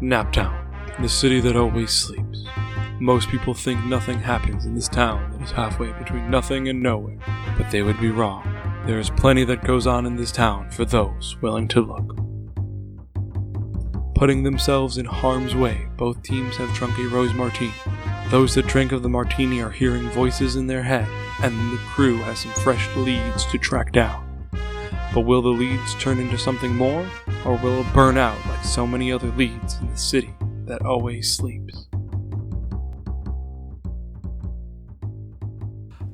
Naptown, the city that always sleeps. Most people think nothing happens in this town that is halfway between nothing and nowhere, but they would be wrong. There is plenty that goes on in this town for those willing to look. Putting themselves in harm's way, both teams have drunk a rose martini. Those that drink of the martini are hearing voices in their head, and the crew has some fresh leads to track down. But will the leads turn into something more, or will it burn out like so many other leads in the city that always sleeps?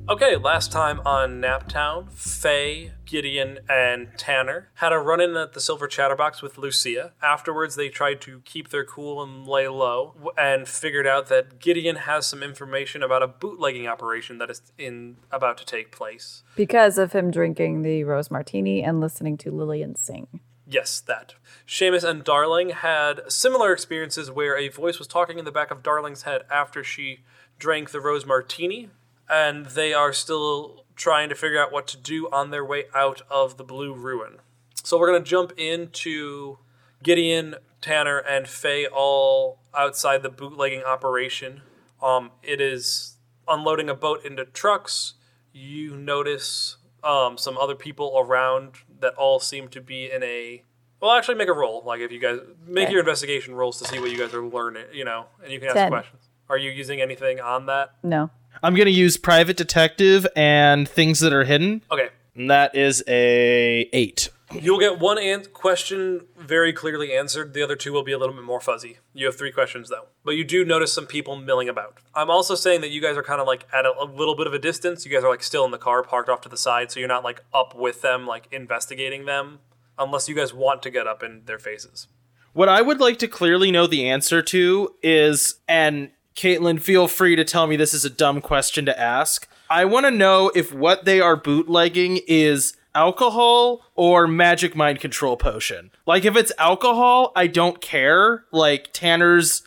Okay, last time on Naptown, Faye, Gideon, and Tanner had a run in at the Silver Chatterbox with Lucia. Afterwards, they tried to keep their cool and lay low w- and figured out that Gideon has some information about a bootlegging operation that is in about to take place. Because of him drinking the rose martini and listening to Lillian sing. Yes, that. Seamus and Darling had similar experiences where a voice was talking in the back of Darling's head after she drank the rose martini, and they are still trying to figure out what to do on their way out of the Blue Ruin. So we're going to jump into Gideon, Tanner, and Faye all outside the bootlegging operation. Um, it is unloading a boat into trucks. You notice um, some other people around that all seem to be in a. Well, actually, make a roll. Like if you guys make Okay. your investigation rolls to see what you guys are learning, you know, and you can ask Ten. questions. Are you using anything on that? No. I'm gonna use private detective and things that are hidden. Okay, And that is a eight. You'll get one an- question very clearly answered. The other two will be a little bit more fuzzy. You have three questions though, but you do notice some people milling about. I'm also saying that you guys are kind of like at a, a little bit of a distance. You guys are like still in the car, parked off to the side, so you're not like up with them, like investigating them, unless you guys want to get up in their faces. What I would like to clearly know the answer to is, and Caitlin, feel free to tell me this is a dumb question to ask. I want to know if what they are bootlegging is alcohol or magic mind control potion. Like, if it's alcohol, I don't care. Like, Tanner's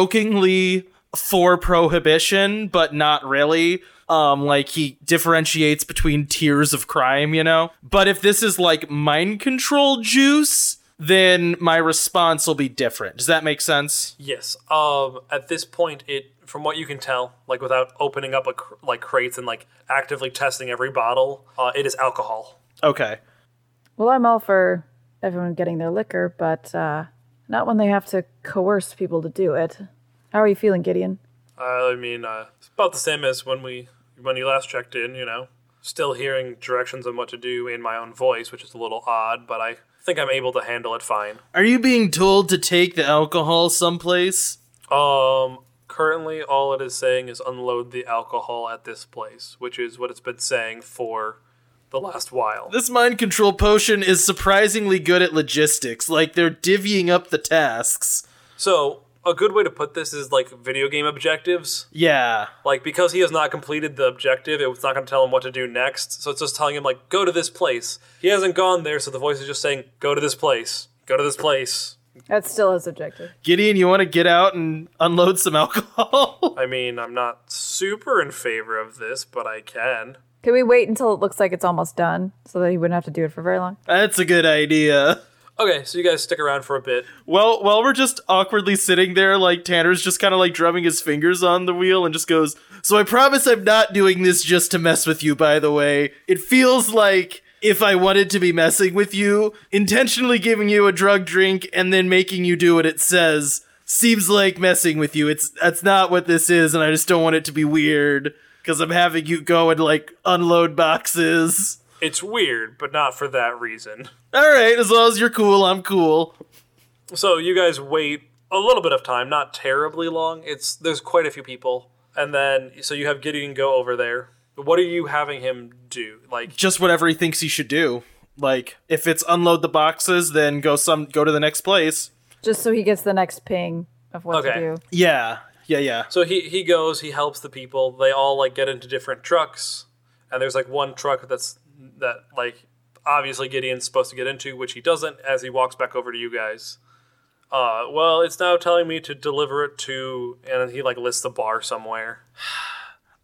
jokingly for prohibition, but not really. Um, like he differentiates between tiers of crime, you know. But if this is like mind control juice, then my response will be different. Does that make sense? Yes. Um. At this point, it from what you can tell, like without opening up a cr- like crates and like actively testing every bottle, uh, it is alcohol. Okay. Well, I'm all for everyone getting their liquor, but uh, not when they have to coerce people to do it. How are you feeling, Gideon? I mean, uh, it's about the same as when we when you last checked in. You know, still hearing directions on what to do in my own voice, which is a little odd, but I think I'm able to handle it fine. Are you being told to take the alcohol someplace? Um, currently, all it is saying is unload the alcohol at this place, which is what it's been saying for the last while. This mind control potion is surprisingly good at logistics. Like they're divvying up the tasks. So. A good way to put this is like video game objectives. Yeah. Like, because he has not completed the objective, it's not going to tell him what to do next. So it's just telling him, like, go to this place. He hasn't gone there, so the voice is just saying, go to this place. Go to this place. That's still his objective. Gideon, you want to get out and unload some alcohol? I mean, I'm not super in favor of this, but I can. Can we wait until it looks like it's almost done so that he wouldn't have to do it for very long? That's a good idea. Okay, so you guys stick around for a bit. Well, while we're just awkwardly sitting there, like Tanner's just kind of like drumming his fingers on the wheel and just goes, So I promise I'm not doing this just to mess with you, by the way. It feels like if I wanted to be messing with you, intentionally giving you a drug drink and then making you do what it says seems like messing with you. It's that's not what this is, and I just don't want it to be weird because I'm having you go and like unload boxes. It's weird, but not for that reason. All right, as long as you're cool, I'm cool. So you guys wait a little bit of time, not terribly long. It's there's quite a few people. And then so you have Gideon go over there. What are you having him do? Like just whatever he thinks he should do. Like if it's unload the boxes, then go some go to the next place. Just so he gets the next ping of what Okay. to do. Yeah, yeah, yeah. So he he goes, he helps the people. They all like get into different trucks, and there's like one truck that's that like obviously Gideon's supposed to get into, which he doesn't. As he walks back over to you guys, uh, well, it's now telling me to deliver it to, and he like lists the bar somewhere.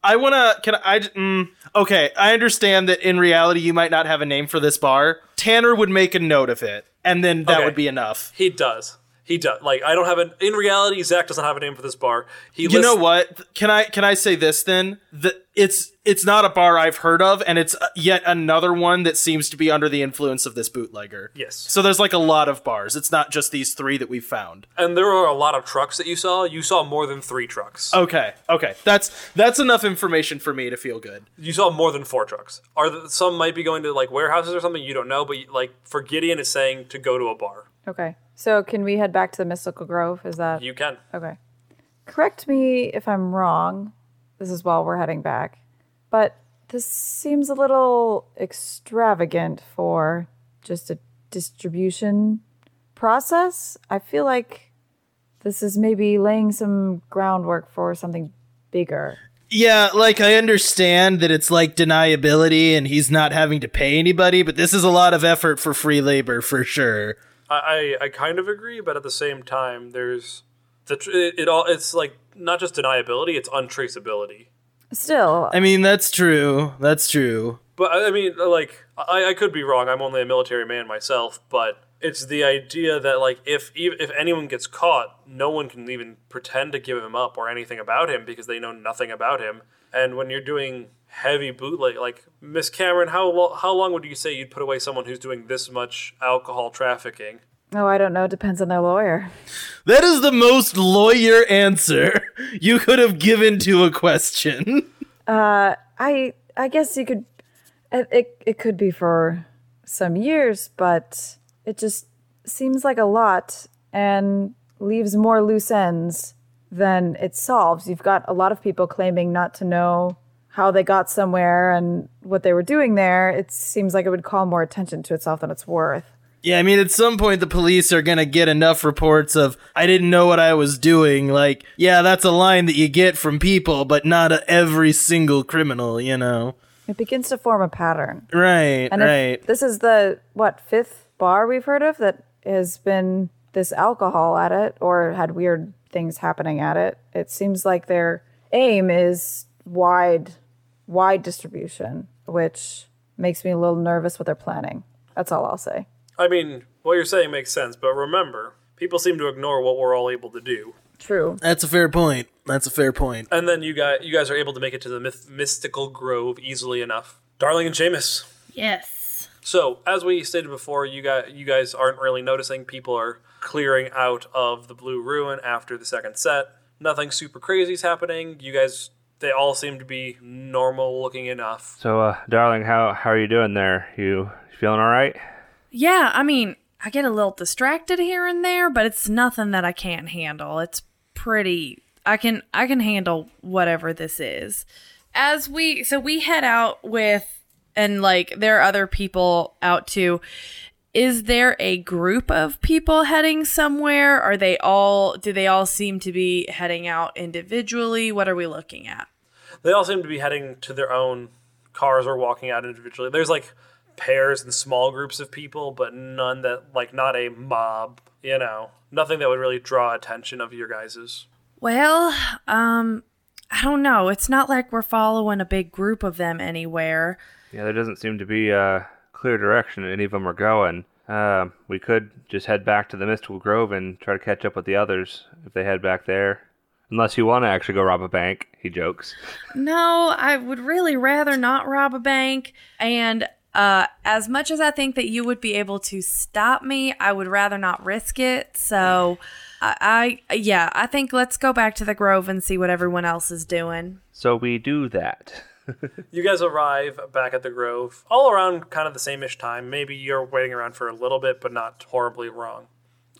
I wanna. Can I? j- Mm, okay, I understand that in reality you might not have a name for this bar. Tanner would make a note of it, and then that Okay. would be enough. He does. He does. Like I don't have an. In reality, Zach doesn't have a name for this bar. He. You know lists- what? Can I can I say this then? That it's it's not a bar I've heard of, and it's uh, yet another one that seems to be under the influence of this bootlegger. Yes. So there's like a lot of bars. It's not just these three that we found. And there were a lot of trucks that you saw. You saw more than three trucks. Okay. Okay. That's that's enough information for me to feel good. You saw more than four trucks. Are the, some might be going to like warehouses or something? You don't know, but like for Gideon, it's saying to go to a bar. Okay. So can we head back to the Mystical Grove? Is that You can. okay? Correct me if I'm wrong. This is while we're heading back, but this seems a little extravagant for just a distribution process. I feel like this is maybe laying some groundwork for something bigger. Yeah, like I understand that it's like deniability and he's not having to pay anybody, but this is a lot of effort for free labor for sure. I, I, I kind of agree, but at the same time, there's the tr- it, it all. It's like not just deniability; it's untraceability. Still, I mean, that's true. That's true. But I I mean, like, I, I could be wrong. I'm only a military man myself, but it's the idea that like if ev- if anyone gets caught, no one can even pretend to give him up or anything about him because they know nothing about him. And when you're doing heavy bootleg, like Miss Cameron, how lo- how long would you say you'd put away someone who's doing this much alcohol trafficking? oh, I don't know. It depends on their lawyer. That is the most lawyer answer you could have given to a question. I I guess you could it it, it could be for some years, but it just seems like a lot and leaves more loose ends than it solves. You've got a lot of people claiming not to know how they got somewhere and what they were doing there. It seems like it would call more attention to itself than it's worth. Yeah, I mean, at some point, the police are going to get enough reports of, I didn't know what I was doing. Like, yeah, that's a line that you get from people, but not a, every single criminal, you know? It begins to form a pattern. Right, And if right. this is the what fifth bar we've heard of that has been this alcohol at it or had weird things happening at it. It seems like their aim is wide, wide distribution, which makes me a little nervous what they're planning. That's all I'll say. I mean, what you're saying makes sense, but remember, people seem to ignore what we're all able to do. True. That's a fair point. That's a fair point. And then you guys, you guys are able to make it to the myth- mystical grove easily enough. Darling and Seamus. Yes. So, as we stated before, you guys, you guys aren't really noticing. People are clearing out of the Blue Ruin after the second set. Nothing super crazy is happening. You guys, they all seem to be normal looking enough. So, uh, darling, how how are you doing there? You feeling all right? Yeah, I mean, I get a little distracted here and there, but it's nothing that I can't handle. It's pretty I can I can handle whatever this is. As we so we head out with and like there are other people out too. Is there a group of people heading somewhere? Are they all do they all seem to be heading out individually? What are we looking at? They all seem to be heading to their own cars or walking out individually. There's like pairs and small groups of people, but none that like not a mob, you know. Nothing that would really draw attention of your guys's. Well, um, I don't know. It's not like we're following a big group of them anywhere. Yeah, there doesn't seem to be a clear direction any of them are going. Uh, we could just head back to the Mystical Grove and try to catch up with the others if they head back there. Unless you want to actually go rob a bank, he jokes. No, I would really rather not rob a bank. And uh, as much as I think that you would be able to stop me, I would rather not risk it. So, I, I yeah, I think let's go back to the Grove and see what everyone else is doing. So we do that. You guys arrive back at the Grove all around kind of the same ish time. Maybe you're waiting around for a little bit, but not horribly wrong.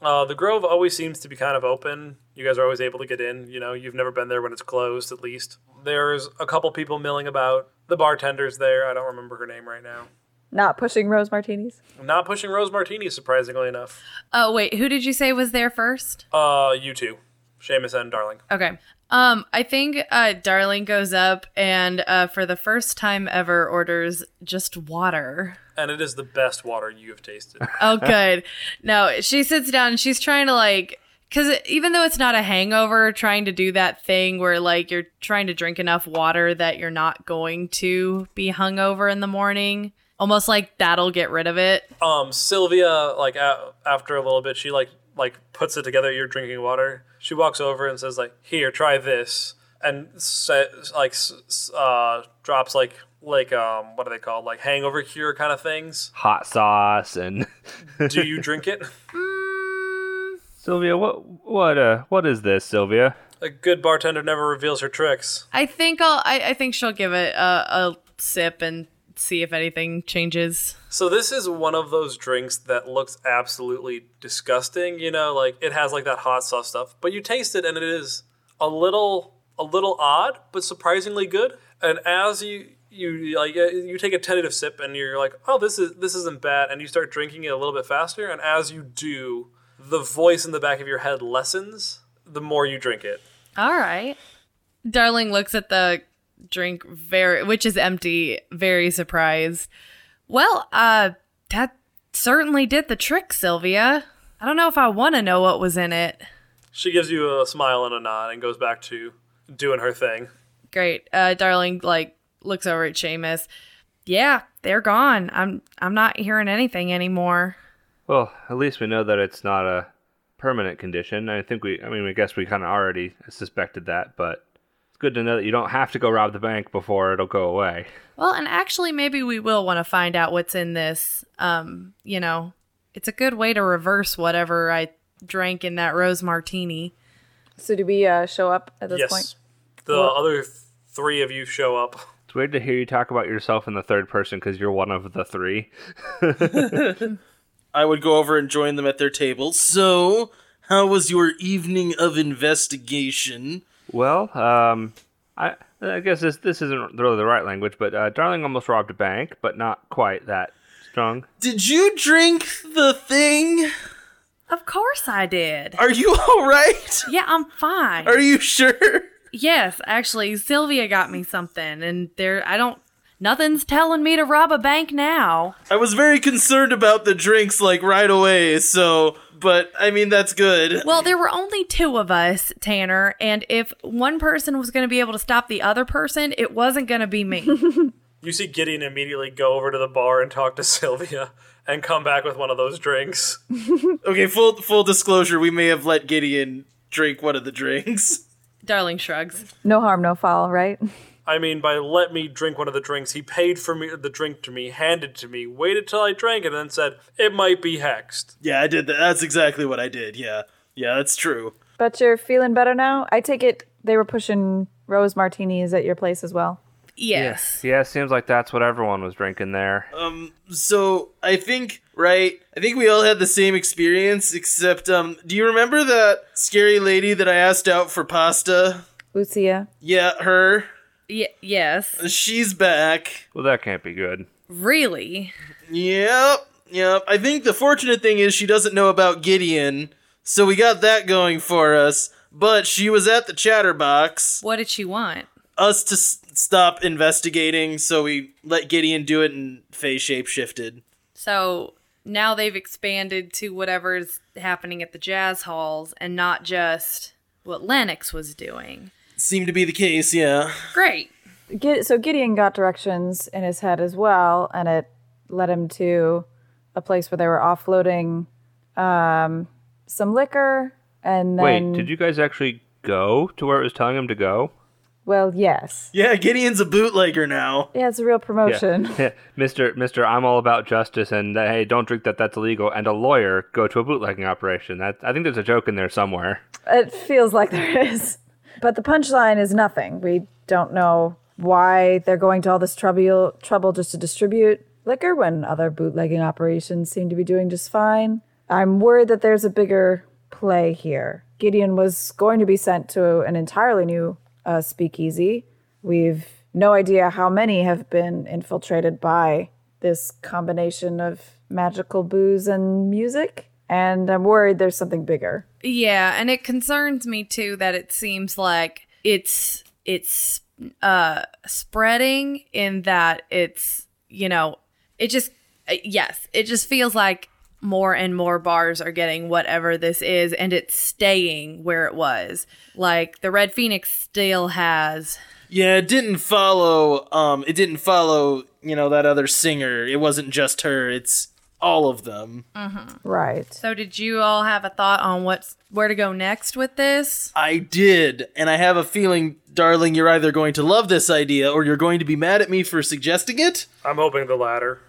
Uh, the Grove always seems to be kind of open. You guys are always able to get in. You know, you've never been there when it's closed, at least. There's a couple people milling about. The bartender's there. I don't remember her name right now. Not pushing rose martinis. I'm not pushing Rose Martini, surprisingly enough. Oh wait, who did you say was there first? Uh, you two, Seamus and Darling. Okay. Um, I think uh, Darling goes up and uh, for the first time ever orders just water. And it is the best water you have tasted. Oh, good. No, she sits down and she's trying to like, because even though it's not a hangover, trying to do that thing where like you're trying to drink enough water that you're not going to be hungover in the morning, almost like that'll get rid of it. um sylvia like a- after a little bit she like like puts it together. You're drinking water. She walks over and says like, "Here, try this," and says like s- s- uh, drops like like um what are they called like hangover cure kind of things. Hot sauce and Do you drink it? Sylvia, what what uh what is this, Sylvia? A good bartender never reveals her tricks. I think I'll. I, I think she'll give it a, a sip and see if anything changes. So this is one of those drinks that looks absolutely disgusting, you know, like it has like that hot sauce stuff, but you taste it and it is a little a little odd, but surprisingly good. And as you you like uh, you take a tentative sip and you're like, "Oh, this is this isn't bad." And you start drinking it a little bit faster, and as you do, the voice in the back of your head lessens the more you drink it. All right. Darling looks at the drink very, which is empty, very surprised. Well, uh, that certainly did the trick, Sylvia. I don't know if I want to know what was in it. She gives you a smile and a nod and goes back to doing her thing. Great, uh, darling. Like looks over at Seamus. Yeah, they're gone. I'm I'm not hearing anything anymore. Well, at least we know that it's not a permanent condition. I think we I mean I guess we kinda already suspected that, but it's good to know that you don't have to go rob the bank before it'll go away. Well, and actually, maybe we will want to find out what's in this. Um, you know, it's a good way to reverse whatever I drank in that rose martini. So do we uh, show up at this yes. point? The other th- three of you show up. It's weird to hear you talk about yourself in the third person because you're one of the three. I would go over and join them at their table. So, how was your evening of investigation? Well, um, I I guess this this isn't really the right language, but uh, darling almost robbed a bank, but not quite that strong. Did you drink the thing? Of course, I did. Are you all right? Yeah, I'm fine. Are you sure? yes, actually, Sylvia got me something, and there I don't. Nothing's telling me to rob a bank now. I was very concerned about the drinks like right away, so but I mean that's good. Well, there were only two of us, Tanner, and if one person was going to be able to stop the other person, it wasn't going to be me. You see Gideon immediately go over to the bar and talk to Sylvia and come back with one of those drinks. Okay, full full disclosure, we may have let Gideon drink one of the drinks. Darling shrugs. No harm, no foul, right? I mean, by let me drink one of the drinks, he paid for me the drink to me, handed to me, waited till I drank it, and then said, It might be hexed. Yeah, I did that. That's exactly what I did. Yeah. Yeah, that's true. But you're feeling better now? I take it they were pushing rose martinis at your place as well. Yes. Yeah, it seems like that's what everyone was drinking there. So, I think right, I think we all had the same experience except um do you remember that scary lady that I asked out for pasta? Lucia, Yeah, her. Ye- yes. She's back. Well, that can't be good. Really? Yep, yep. I think the fortunate thing is she doesn't know about Gideon, so we got that going for us. But she was at the chatterbox, What did she want? us to s- stop investigating, so we let Gideon do it and Faye shapeshifted. So now they've expanded to whatever's happening at the jazz halls and not just what Lennox was doing. Seemed to be the case, yeah. Great. Gid- so Gideon got directions in his head as well, and it led him to a place where they were offloading um, some liquor. And then, Wait, did you guys actually go to where it was telling him to go? Well, yes, Yeah, Gideon's a bootlegger now. yeah, it's a real promotion. Mister, Mister, I'm all about justice, and uh, hey, don't drink that. That's illegal. And a lawyer go to a bootlegging operation. That I think there's a joke in there somewhere. It feels like there is, but the punchline is nothing. We don't know why they're going to all this trouble trouble just to distribute liquor when other bootlegging operations seem to be doing just fine. I'm worried that there's a bigger play here. Gideon was going to be sent to an entirely new uh, speakeasy. We've no idea how many have been infiltrated by this combination of magical booze and music, and I'm worried there's something bigger. Yeah, and it concerns me too that it seems like it's it's uh spreading in that it's, you know, it just uh, yes, it just feels like more and more bars are getting whatever this is and it's staying where it was. Like the Red Phoenix still has Yeah, it didn't follow, um, it didn't follow, you know, that other singer. It wasn't just her, it's all of them. Right. So did you all have a thought on what's where to go next with this? I did, and I have a feeling, darling, you're either going to love this idea or you're going to be mad at me for suggesting it. I'm hoping the latter.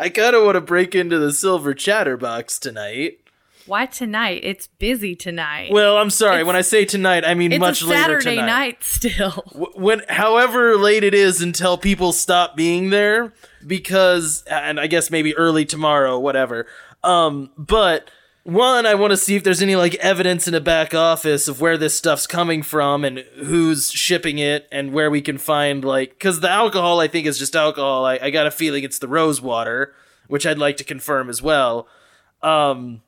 I kind of want to break into the silver chatterbox tonight. Why tonight? It's busy tonight. Well, I'm sorry. when I say tonight, I mean it's much a later Saturday tonight. night still. Wh- When, however late it is, until people stop being there, because, and I guess maybe early tomorrow, whatever. Um, but one, I want to see if there's any like evidence in a back office of where this stuff's coming from and who's shipping it and where we can find like, because the alcohol I think is just alcohol. I, I got a feeling it's the rose water, which I'd like to confirm as well. Um,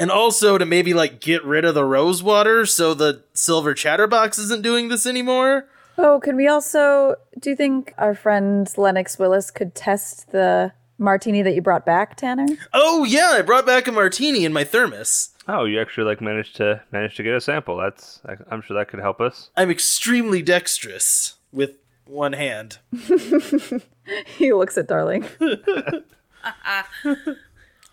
and also to maybe like get rid of the rose water so the silver chatterbox isn't doing this anymore. Oh, could we also? Do you think our friend Lennox Willis could test the martini that you brought back, Tanner? Oh yeah, I brought back a martini in my thermos. Oh, you actually like managed to manage to get a sample. That's I, I'm sure that could help us. I'm extremely dexterous with one hand. he looks at Darling.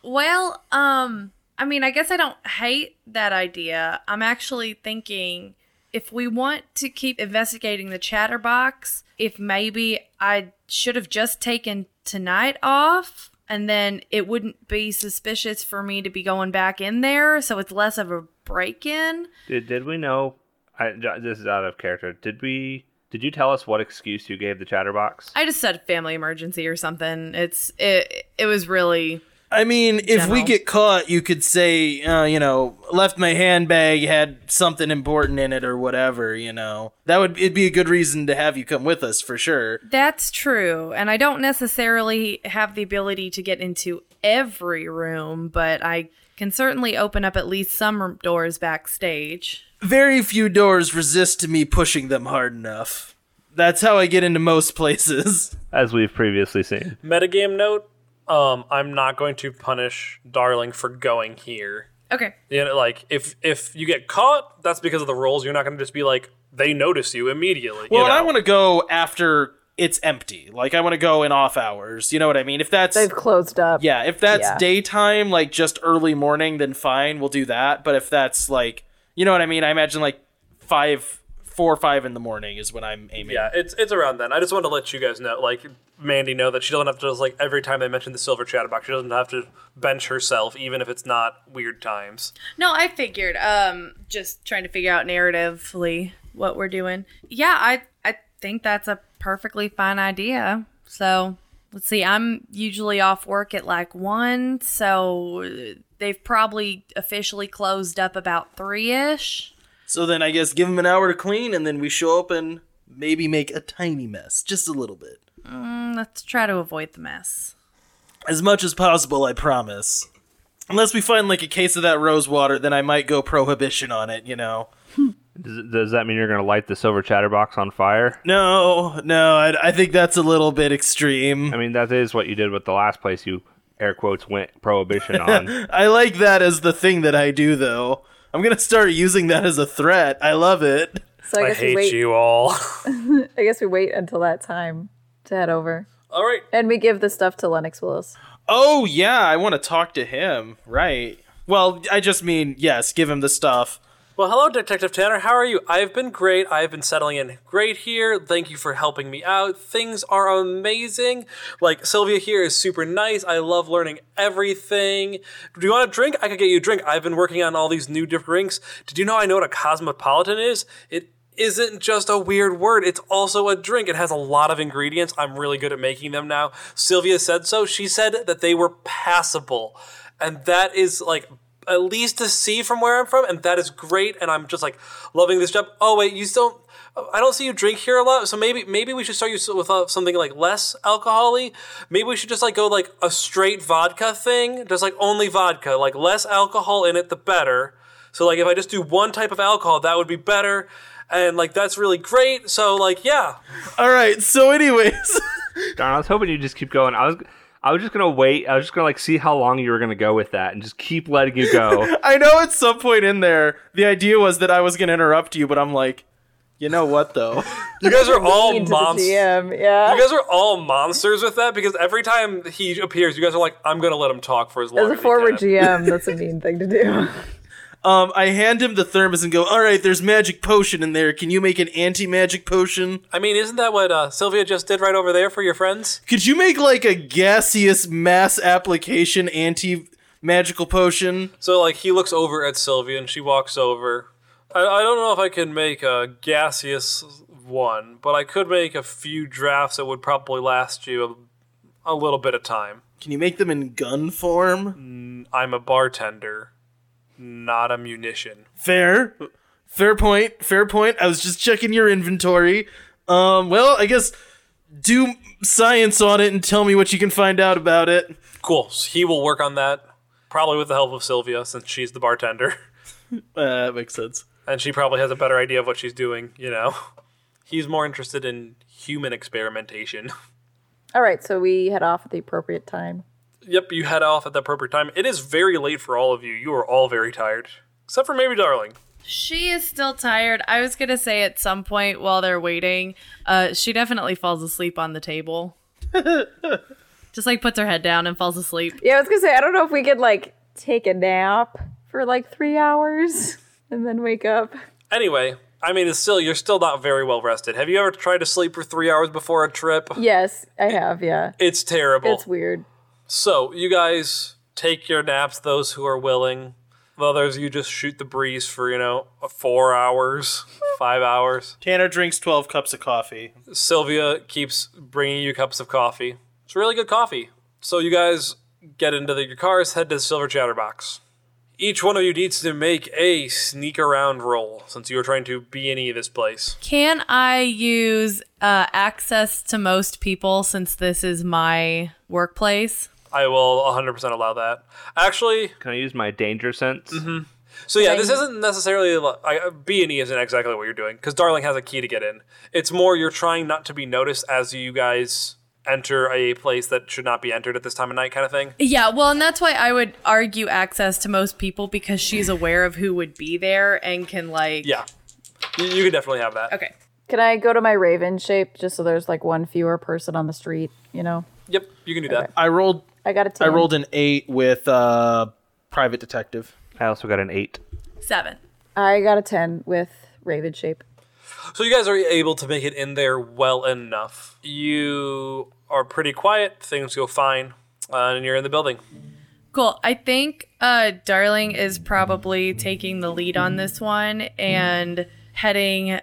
Well, um, I mean, I guess I don't hate that idea. I'm actually thinking if we want to keep investigating the chatterbox, if maybe I should have just taken tonight off and then it wouldn't be suspicious for me to be going back in there, so it's less of a break in. Did, did we know? I, Jo- this is out of character. Did we? Did you tell us what excuse you gave the chatterbox? I just said family emergency or something. It's it it was really I mean, if we General. get caught, you could say, uh, you know, left my handbag had something important in it or whatever. You know, that would it'd be a good reason to have you come with us for sure. That's true. And I don't necessarily have the ability to get into every room, but I can certainly open up at least some doors backstage. Very few doors resist to me pushing them hard enough. That's how I get into most places. As we've previously seen. Metagame note: um, I'm not going to punish Darling for going here. Okay. You know, like if if you get caught, that's because of the rules. You're not going to just be like they notice you immediately. Well, you know? and I want to go after it's empty. Like I want to go in off hours. You know what I mean? If that's They've closed up. yeah, if that's Yeah. daytime, like just early morning, then fine, we'll do that. But if that's like, you know what I mean? I imagine like five, four or five in the morning is when I'm aiming. Yeah, it's it's around then. I just wanted to let you guys know, like Mandy, know that she doesn't have to just like every time they mention the silver chatterbox, she doesn't have to bench herself, even if it's not weird times. No, I figured um just trying to figure out narratively what we're doing. Yeah, I I think that's a perfectly fine idea. So, let's see. I'm usually off work at like 1, so they've probably officially closed up about 3ish. So then I guess give them an hour to clean, and then we show up and maybe make a tiny mess, just a little bit, Let's try to avoid the mess. as much as possible. I promise. Unless we find like a case of that rose water, then I might go prohibition on it. You know. Does, does that mean you're going to light the silver chatterbox on fire? No, no, I, I think that's a little bit extreme. I mean, that is what you did with the last place you air quotes went prohibition on. I like that as the thing that I do, though. I'm gonna start using that as a threat. I love it. So I, I guess we hate wait. you all. I guess we wait until that time to head over, all right, and we give the stuff to Lennox Willis. Oh yeah, I want to talk to him. Right. Well, I just mean yes. Give him the stuff. Well, hello, Detective Tanner. How are you? I've been great. I've been settling in great here. Thank you for helping me out. Things are amazing. Like, Sylvia here is super nice. I love learning everything. Do you want a drink? I could get you a drink. I've been working on all these new different drinks. Did you know I know what a cosmopolitan is? It isn't just a weird word, it's also a drink. It has a lot of ingredients. I'm really good at making them now. Sylvia said so. She said that they were passable. And that is like at least to see from where I'm from, and that is great. And I'm just like loving this job. Oh wait, you still. I don't see you drink here a lot, so maybe maybe we should start you s- with uh, something like less alcoholy. Maybe we should just like go like a straight vodka thing, just like only vodka, like less alcohol in it, the better. So like if I just do one type of alcohol, that would be better, and like that's really great. So like yeah, All right. So, anyways, Darn, I was hoping you'd just keep going. I was. I was just gonna wait. I was just gonna like see how long you were gonna go with that, and just keep letting you go. I know at some point in there, the idea was that I was gonna interrupt you, but I'm like, You know what though? You guys are all Lead to the monsters. GM, yeah. Oh, You guys are all monsters with that because every time he appears, you guys are like, "I'm gonna let him talk for as long As a he former can." GM, that's a mean thing to do. um, I hand him the thermos and go, "All right, there's magic potion in there. Can you make an anti-magic potion? I mean, isn't that what uh, Sylvia just did right over there for your friends? Could you make like a gaseous mass application anti-magical potion?" So like, he looks over at Sylvia and she walks over. I, I don't know if I can make a gaseous one, but I could make a few drafts that would probably last you a, a little bit of time. Can you make them in gun form? I'm a bartender, not a munition. Fair. Fair point. Fair point. I was just checking your inventory. Um, well, I guess do science on it and tell me what you can find out about it. Cool. So he will work on that, probably with the help of Sylvia, since she's the bartender. Uh, that makes sense. And she probably has a better idea of what she's doing, you know? He's more interested in human experimentation. All right, so we head off at the appropriate time. yep, you head off at the appropriate time. It is very late for all of you. You are all very tired. Except for maybe Darling. She is still tired. I was gonna say at some point while they're waiting, uh, she definitely falls asleep on the table. Just like puts her head down and falls asleep. Yeah, I was gonna say I don't know if we could like take a nap for like three hours and then wake up. Anyway, I mean, it's still you're still not very well rested. Have you ever tried to sleep for three hours before a trip? Yes, I have. Yeah, It's terrible. it's weird. So, you guys take your naps, those who are willing. The others, you just shoot the breeze for, you know, four hours, five hours. Tanner drinks 12 cups of coffee. Sylvia keeps bringing you cups of coffee. It's really good coffee. So, you guys get into the, your cars, head to the Silver Chatterbox. Each one of you needs to make a sneak around roll since you are trying to be any of this place. Can I use uh, access to most people since this is my workplace? I will 100% allow that. Actually, Can I use my danger sense? So yeah, this isn't necessarily li- I- B and E isn't exactly what you're doing because Darling has a key to get in. It's more you're trying not to be noticed as you guys enter a place that should not be entered at this time of night, kind of thing. Yeah, well, and that's why I would argue access to most people because she's aware of who would be there and can like. Yeah, you, you can definitely have that. Okay. Can I go to my raven shape just so there's like one fewer person on the street? You know, Yep, you can do that. I rolled I got a I ten. rolled an 8 with uh private detective. I also got an eight. Seven. I got a ten with raven shape. So you guys are able to make it in there well enough. You are pretty quiet. Things go fine, uh, and you're in the building. Cool. I think uh, Darling is probably taking the lead on this one and heading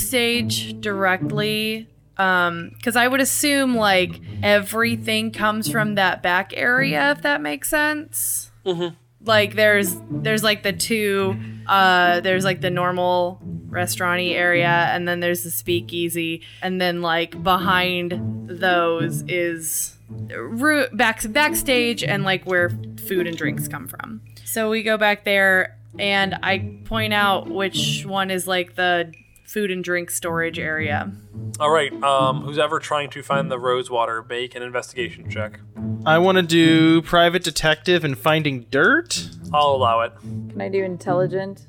backstage directly. Um, because I would assume like everything comes from that back area, if that makes sense. Mm-hmm. Like there's there's like the two, uh, there's like the normal restauranty area, and then there's the speakeasy, and then like behind those is ru- back backstage and like where food and drinks come from. So we go back there and I point out which one is like the food and drink storage area. All right, um, who's ever trying to find the Rosewater, make an investigation check. I want to do private detective and finding dirt. I'll allow it. Can I do intelligent?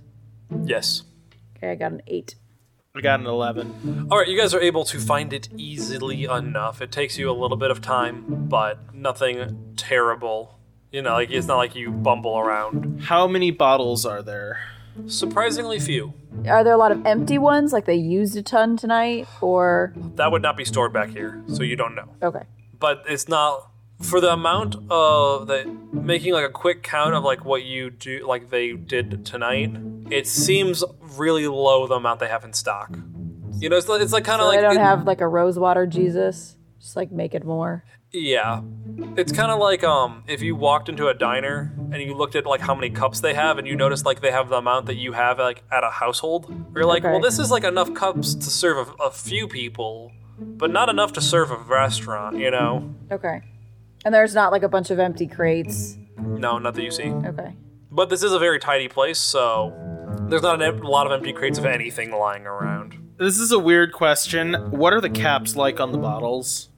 Yes. Okay, I got an eight. I got an 11. All right, you guys are able to find it easily enough. It takes you a little bit of time, but nothing terrible. You know, like it's not like you bumble around. How many bottles are there? Surprisingly few. Are there a lot of empty ones? Like they used a ton tonight, or That would not be stored back here, so you don't know. okay? But it's not for the amount of that making like a quick count of like what you do like they did tonight. It seems really low the amount they have in stock. You know, it's like, it's like kind So of like I don't it- have like a rosewater Jesus. Just like make it more. Yeah. It's kind of like um if you walked into a diner and you looked at like how many cups they have and you noticed like they have the amount that you have like at a household. You're like, Okay. "Well, this is like enough cups to serve a, a few people, but not enough to serve a restaurant, you know." Okay. And there's not like a bunch of empty crates. No, not that you see. Okay. But this is a very tidy place, so there's not an em- a lot of empty crates of anything lying around. This is a weird question. What are the caps like on the bottles?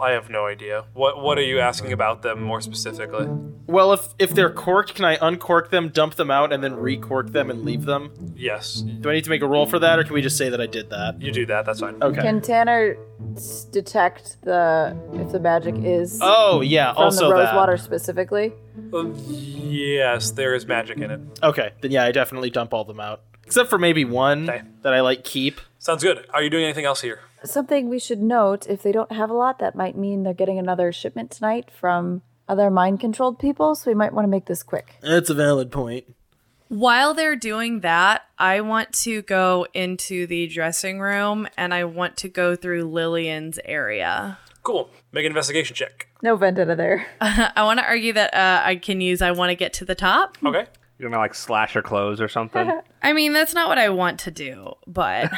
I have no idea. What What are you asking about them more specifically? Well, if if they're corked, can I uncork them, dump them out, and then recork them and leave them? Yes, Do I need to make a roll for that, or can we just say that I did that? you do that. That's fine. Okay. Can Tanner s- detect the if the magic is oh yeah. from Also the that. rosewater specifically? Um, yes, there is magic in it. Okay. Then yeah, I definitely dump all them out, except for maybe one Okay. that I like keep. Sounds good. Are you doing anything else here? Something we should note: if they don't have a lot, that might mean they're getting another shipment tonight from other mind-controlled people. So we might want to make this quick. That's a valid point. While they're doing that, I want to go into the dressing room and I want to go through Lillian's area. Cool. Make an investigation check. No vendetta there. I want to argue that uh, I can use I want to get to the top. Okay. You're gonna like slash her clothes or something. I mean, that's not what I want to do, but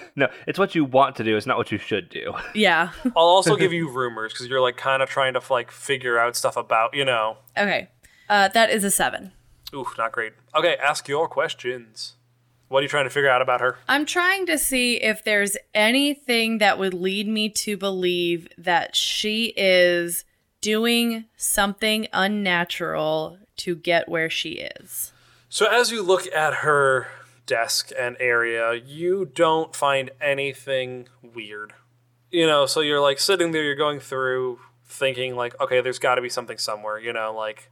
no, it's what you want to do. It's not what you should do. yeah. I'll also give you rumors because you're like kind of trying to like figure out stuff about you know. Okay. Uh, that is a seven. Oof, not great. Okay, ask your questions. What are you trying to figure out about her? I'm trying to see if there's anything that would lead me to believe that she is doing something unnatural to get where she is. So as you look at her desk and area, you don't find anything weird. You know, so you're like sitting there, you're going through thinking like, okay, there's got to be something somewhere, you know, like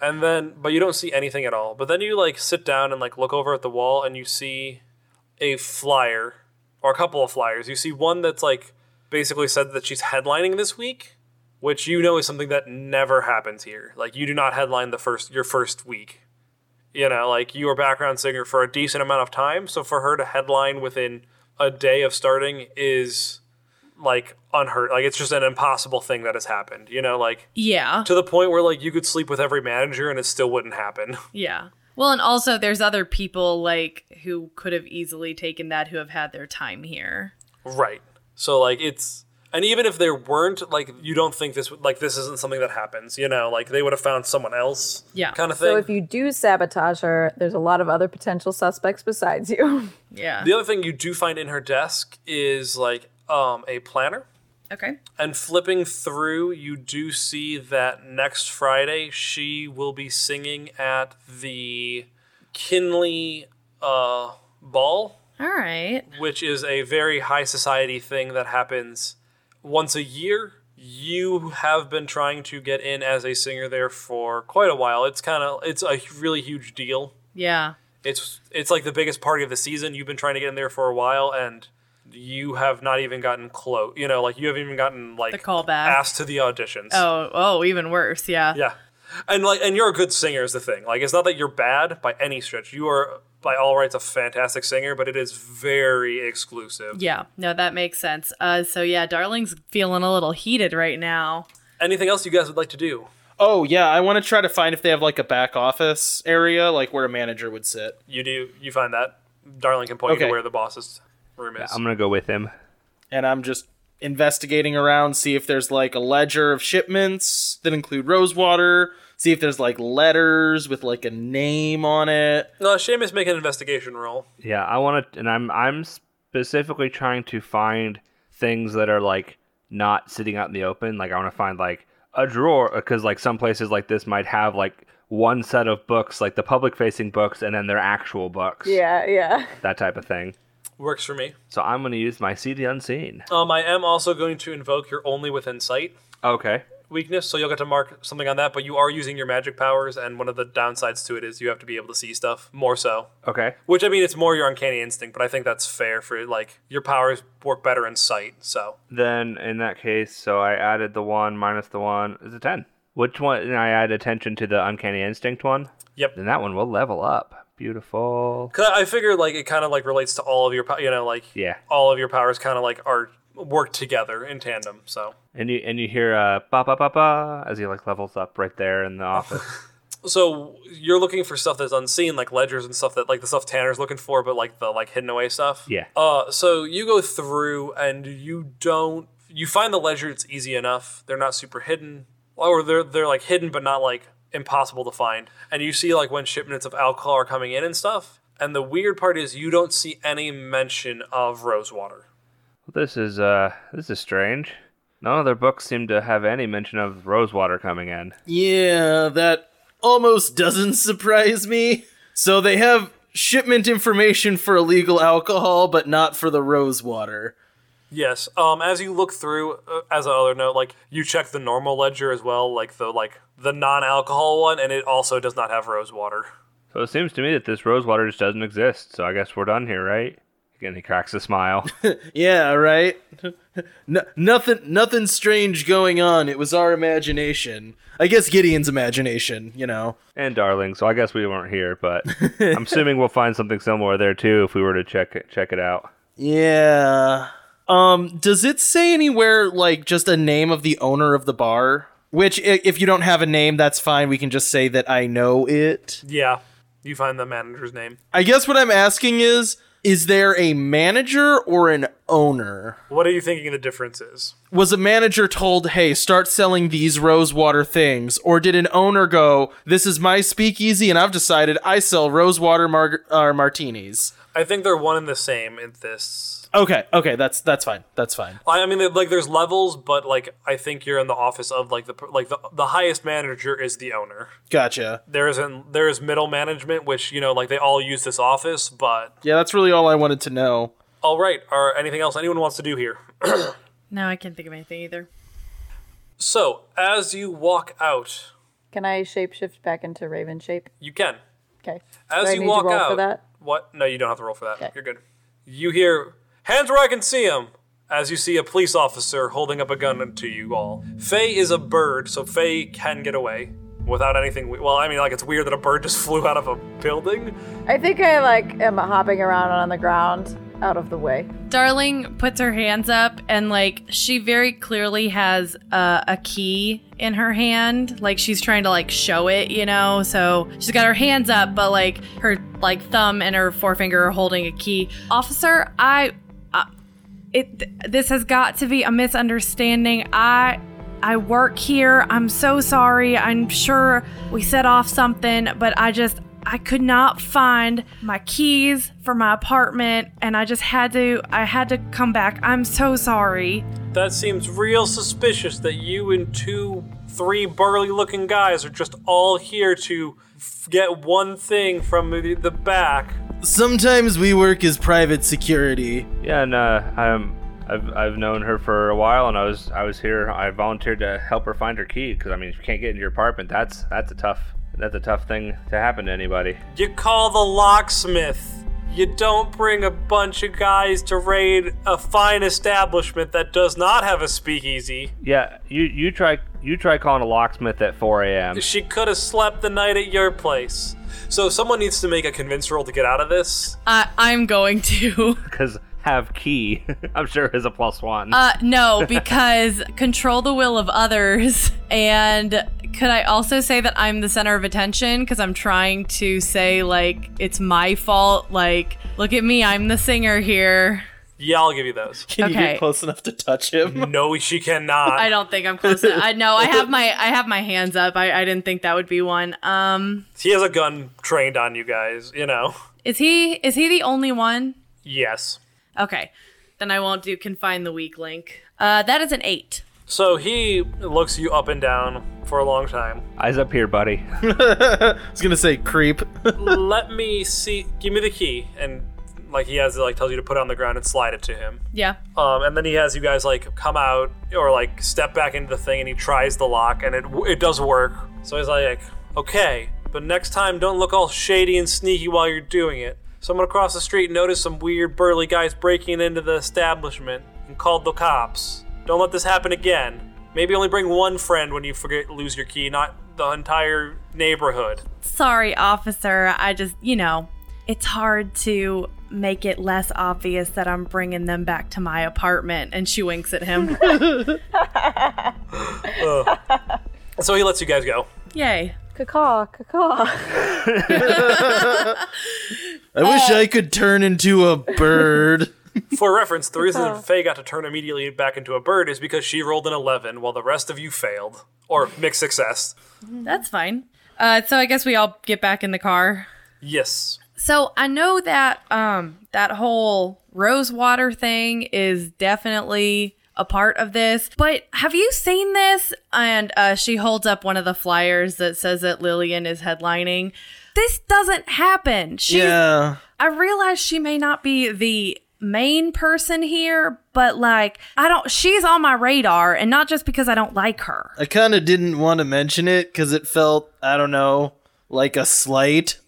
and then but you don't see anything at all. But then you like sit down and like look over at the wall and you see a flyer or a couple of flyers. You see one that's like basically said that she's headlining this week, which you know is something that never happens here. Like you do not headline the first your first week you know, like you were background singer for a decent amount of time. So for her to headline within a day of starting is like unheard. Like it's just an impossible thing that has happened. You know, like Yeah. to the point where like you could sleep with every manager and it still wouldn't happen. Yeah. Well, and also there's other people like who could have easily taken that who have had their time here. right. So like it's and even if there weren't like you don't think this would- like this isn't something that happens. You know, like they would have found someone else. Yeah. Kind of thing. So if you do sabotage her, there's a lot of other potential suspects besides you. Yeah. the other thing you do find in her desk is like um a planner. Okay. And flipping through, you do see that next Friday she will be singing at the Kinley uh, Ball, All right. which is a very high society thing that happens once a year. You have been trying to get in as a singer there for quite a while. It's kind of it's a really huge deal. Yeah. It's it's like the biggest party of the season. You've been trying to get in there for a while, and you have not even gotten close. You know, like you haven't even gotten like The callback. asked to the auditions. Oh, oh, even worse. Yeah. yeah, and like and you're a good singer is the thing. Like it's not that you're bad by any stretch. You are by all rights a fantastic singer, but it is very exclusive. Yeah. No, that makes sense. Uh so yeah, Darling's feeling a little heated right now. Anything else you guys would like to do? Oh yeah, I want to try to find if they have like a back office area, like where a manager would sit. You do you find that Darling can point you Okay. to where the boss's room is. I'm gonna go with him. and I'm just investigating around, see if there's like a ledger of shipments that include Rosewater, see if there's like letters with like a name on it. no, Uh, Seamus make an investigation roll. Yeah, I want to, and I'm I'm specifically trying to find things that are like not sitting out in the open. Like I want to find like a drawer because like some places like this might have like one set of books, like the public facing books, and then their actual books. yeah, yeah. that type of thing. Works for me. So I'm gonna use my see the unseen. Um, I am also going to invoke your only within sight Okay. weakness, so you'll get to mark something on that. But you are using your magic powers, and one of the downsides to it is you have to be able to see stuff more so. Okay. Which I mean, it's more your uncanny instinct, but I think that's fair for like your powers work better in sight. So Then in that case, so I added the one minus the one is a ten. Which one? And I add attention to the uncanny instinct one. Yep. Then that one will level up. Beautiful. 'Cause I figure like it kind of like relates to all of your, pow- you know, like Yeah. all of your powers kind of like are work together in tandem. So And you and you hear uh ba ba ba ba as he like levels up right there in the office. so you're looking for stuff that's unseen, like ledgers and stuff that like the stuff Tanner's looking for, but like the like hidden away stuff. Yeah. Uh, so you go through and you don't you find the ledger. It's easy enough. They're not super hidden, or they're they're like hidden but not like impossible to find. And you see like when shipments of alcohol are coming in and stuff. And the weird part is you don't see any mention of Rosewater. this is uh this is strange. And None of their books seem to have any mention of Rosewater coming in. Yeah, that almost doesn't surprise me. So they have shipment information for illegal alcohol, but not for the rose water. Yes. Um, as you look through, uh, as another note, like you check the normal ledger as well, like the like the non-alcohol one, and it also does not have rose water. So it seems to me that this Rosewater just doesn't exist. So I guess we're done here, right? Again, he cracks a smile. Yeah, right. no, nothing, nothing strange going on. It was our imagination. I guess Gideon's imagination. You know. and darling, so I guess we weren't here, but I'm assuming we'll find something similar there too if we were to check it, check it out. Yeah. Um, does it say anywhere like just a name of the owner of the bar? Which, i- if you don't have a name, that's fine. We can just say that I know it. Yeah. You find the manager's name. I guess what I'm asking is is there a manager or an owner? What are you thinking the difference is? Was a manager told, hey, start selling these rosewater things? Or did an owner go, this is my speakeasy and I've decided I sell rosewater mar- uh, martinis? I think they're one and the same in this. Okay, okay, that's that's fine. That's fine. I I mean, like, there's levels, but like, I think you're in the office of like the like the, the highest manager is the owner. Gotcha. There is an there is middle management, which you know, like they all use this office. But Yeah, that's really all I wanted to know. all right, or anything else anyone wants to do here. No, I can't think of anything either. So as you walk out, Can I shapeshift back into raven shape? you can. Okay. As Do I you need to walk roll out, for that? what? No, you don't have to roll for that. Okay. You're good. You hear hands where I can see them. As you see a police officer holding up a gun to you all. Faye is a bird, so Faye can get away without anything. We- well, I mean, like it's weird that a bird just flew out of a building. I think I like am hopping around on the ground out of the way. Darling puts her hands up and like she very clearly has uh, a key in her hand. Like she's trying to like show it, you know. So she's got her hands up, but like her like thumb and her forefinger are holding a key. Officer, I, I it th- this has got to be a misunderstanding. I I work here. I'm so sorry. I'm sure we set off something, but I just I could not find my keys for my apartment and I just had to I had to come back. I'm so sorry. That seems real suspicious that you and two, three burly looking guys are just all here to f- get one thing from the, the back. Sometimes we work as private security. Yeah, and uh, I'm I've I've known her for a while, and I was I was here. I volunteered to help her find her key because I mean, if you can't get into your apartment, that's that's a tough that's a tough thing to happen to anybody. You call the locksmith. You don't bring a bunch of guys to raid a fine establishment that does not have a speakeasy. Yeah, you you try you try calling a locksmith at 4 a.m. She could have slept the night at your place. So someone needs to make a convince roll to get out of this. I I'm going to. because have key. I'm sure is a plus one. Uh no, because control the will of others and could I also say that I'm the center of attention because I'm trying to say like it's my fault like look at me, I'm the singer here. Yeah, I'll give you those. Can you Okay. get close enough to touch him? No, she cannot. I don't think I'm close. to- I know I have my I have my hands up. I, I didn't think that would be one. Um, He has a gun trained on you guys, you know. is he is he the only one? Yes. Okay, then I won't do confine the weak link. Uh, that is an eight. So he looks you up and down for a long time. Eyes up here, buddy. I was gonna say creep. Let me see. Give me the key, and like he has, it, like tells you to put it on the ground and slide it to him. Yeah. Um, and then he has you guys like come out or like step back into the thing, and he tries the lock, and it it does work. So he's like, okay, but next time don't look all shady and sneaky while you're doing it. Someone across the street noticed some weird burly guys breaking into the establishment and called the cops. Don't let this happen again. Maybe only bring one friend when you forget lose your key, not the entire neighborhood. Sorry, officer. I just you know, it's hard to make it less obvious that I'm bringing them back to my apartment. And she winks at him. So he lets you guys go. Yay. Caw, caw. I wish I could turn into a bird. For reference, the reason that Faye got to turn immediately back into a bird is because she rolled an 11 while the rest of you failed. Or mixed success. That's fine. Uh, so I guess we all get back in the car. Yes. So I know that um that whole Rosewater thing is definitely a part of this. But have you seen this? And uh, she holds up one of the flyers that says that Lillian is headlining. This doesn't happen. She's yeah. I realize she may not be the main person here, but like I don't she's on my radar and not just because I don't like her. I kind of didn't want to mention it because it felt, I don't know, like a slight.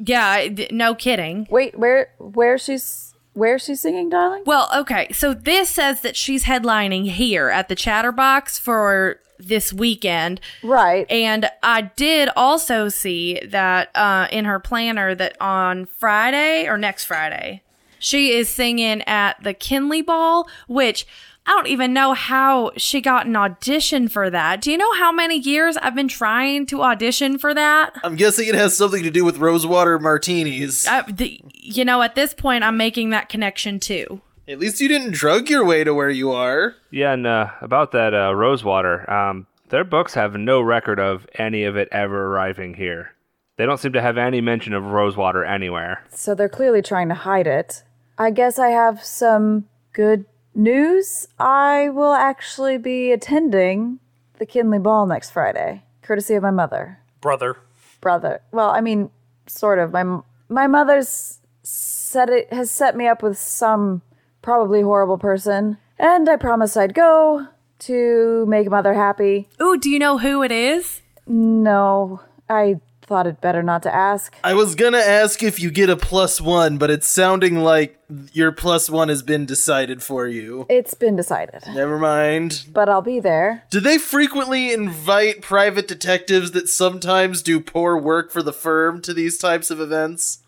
Yeah, I- d- no kidding. Wait, where where she's where she's singing, darling? Well, okay. So this says that she's headlining here at the Chatterbox for this weekend. Right. And I did also see that uh, in her planner that on Friday or next Friday, she is singing at the Kinley Ball, which I don't even know how she got an audition for that. Do you know how many years I've been trying to audition for that? I'm guessing it has something to do with rosewater martinis. I, the, you know, at this point, I'm making that connection too. At least you didn't drug your way to where you are. Yeah, and uh, about that uh, Rosewater, um, their books have no record of any of it ever arriving here. They don't seem to have any mention of Rosewater anywhere. So they're clearly trying to hide it. I guess I have some good news. I will actually be attending the Kinley Ball next Friday, courtesy of my mother. brother. Brother. Well, I mean, sort of. My m- my mother's set it has set me up with some probably horrible person, and I promised I'd go to make mother happy. Ooh, do you know who it is? No, I thought it better not to ask. I was gonna ask if you get a plus one, but it's sounding like your plus one has been decided for you. It's been decided, Never mind. but I'll be there. Do they frequently invite private detectives that sometimes do poor work for the firm to these types of events?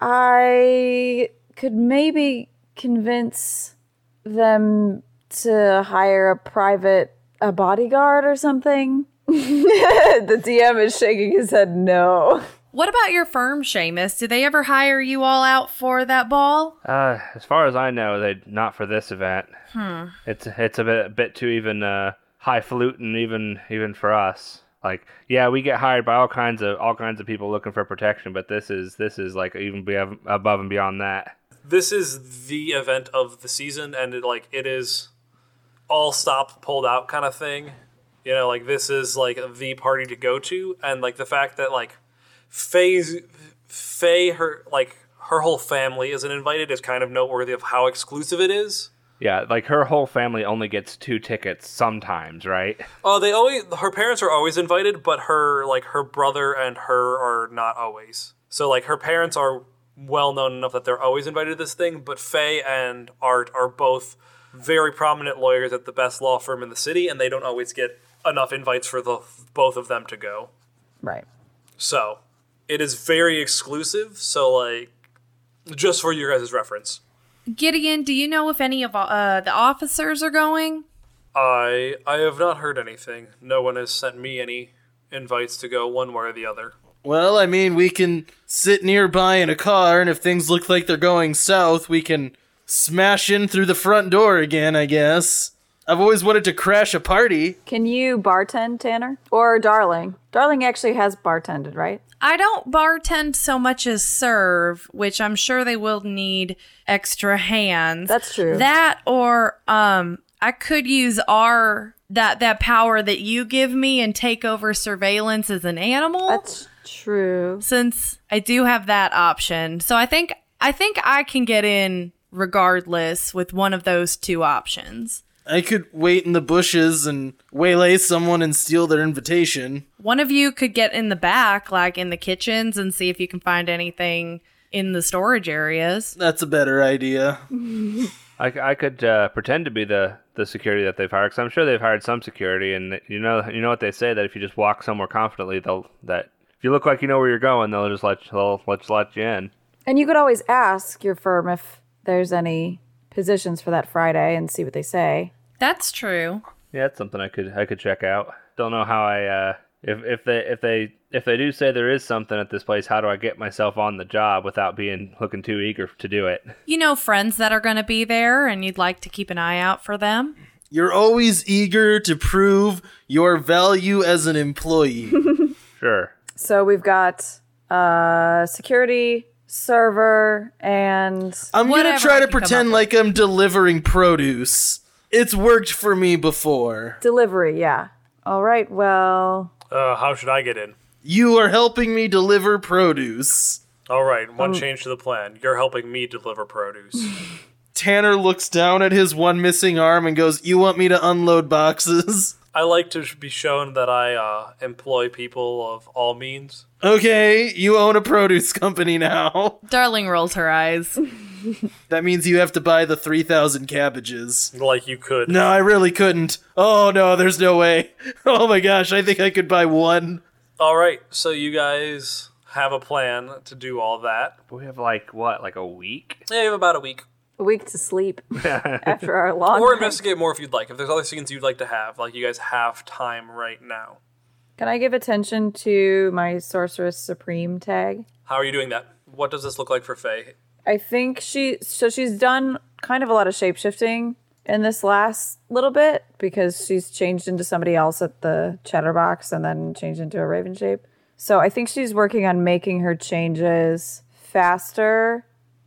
I could maybe convince them to hire a private a bodyguard or something. the DM is shaking his head no. What about your firm, Seamus? Do they ever hire you all out for that ball? Uh, as far as I know, they not for this event. It's it's a bit, a bit too even uh, highfalutin, even even for us. Like, yeah, we get hired by all kinds of all kinds of people looking for protection, but this is this is like even be above and beyond that. This is the event of the season, and it, like it is all stop pulled out kind of thing. You know, like this is like the party to go to, and like the fact that like Faye's Faye her like her whole family isn't invited is kind of noteworthy of how exclusive it is. Yeah, like her whole family only gets two tickets sometimes, right? Oh, they always her parents are always invited, but her like her brother and her are not always. So like her parents are well known enough that they're always invited to this thing, but Faye and Art are both very prominent lawyers at the best law firm in the city, and they don't always get enough invites for the both of them to go. Right. So it is very exclusive. So like just for your guys' reference. Gideon, do you know if any of uh, the officers are going? I I have not heard anything. No one has sent me any invites to go one way or the other. Well, I mean, we can sit nearby in a car, and if things look like they're going south, we can smash in through the front door again, I guess. I've always wanted to crash a party. Can you bartend, Tanner? Or Darling? Darling actually has bartended, right? I don't bartend so much as serve, which I'm sure they will need extra hands. That's true. That or um I could use our that that power that you give me and take over surveillance as an animal. That's true. since I do have that option. So I think I think I can get in regardless with one of those two options. I could wait in the bushes and waylay someone and steal their invitation. One of you could get in the back, like in the kitchens, and see if you can find anything in the storage areas. That's a better idea. I, I could uh, pretend to be the, the security that they've hired because I'm sure they've hired some security, and that- you know you know what they say that if you just walk somewhere confidently, they'll that if you look like you know where you're going, they'll just let you, they'll let you, let you in. And you could always ask your firm if there's any positions for that Friday and see what they say. That's true. Yeah, that's something I could I could check out. Don't know how I uh, if if they if they if they do say there is something at this place, how do I get myself on the job without being looking too eager to do it? You know, friends that are going to be there, and you'd like to keep an eye out for them. You're always eager to prove your value as an employee. Sure. So we've got uh security, server, and I'm Whatever gonna try to I can come up pretend with. like I'm delivering produce. It's worked for me before. Delivery, yeah. All right, well, Uh, how should I get in? You are helping me deliver produce. All right, one change to the plan. You're helping me deliver produce. Tanner looks down at his one missing arm and goes, You want me to unload boxes? I like to sh- be shown that I uh, employ people of all means. Okay, you own a produce company now. Darling rolls her eyes. That means you have to buy the 3,000 cabbages. Like you could. No, I really couldn't. Oh no, there's no way. Oh my gosh, I think I could buy one. All right, so you guys have a plan to do all that. We have like what, like a week? Yeah, you have about a week. a week to sleep after our long. Or night. investigate more if you'd like. If there's other scenes you'd like to have, like you guys have time right now. Can I give attention to my Sorceress Supreme tag? How are you doing that? What does this look like for Faye? I think she so she's done kind of a lot of shape shifting in this last little bit because she's changed into somebody else at the chatterbox and then changed into a raven shape. So I think she's working on making her changes faster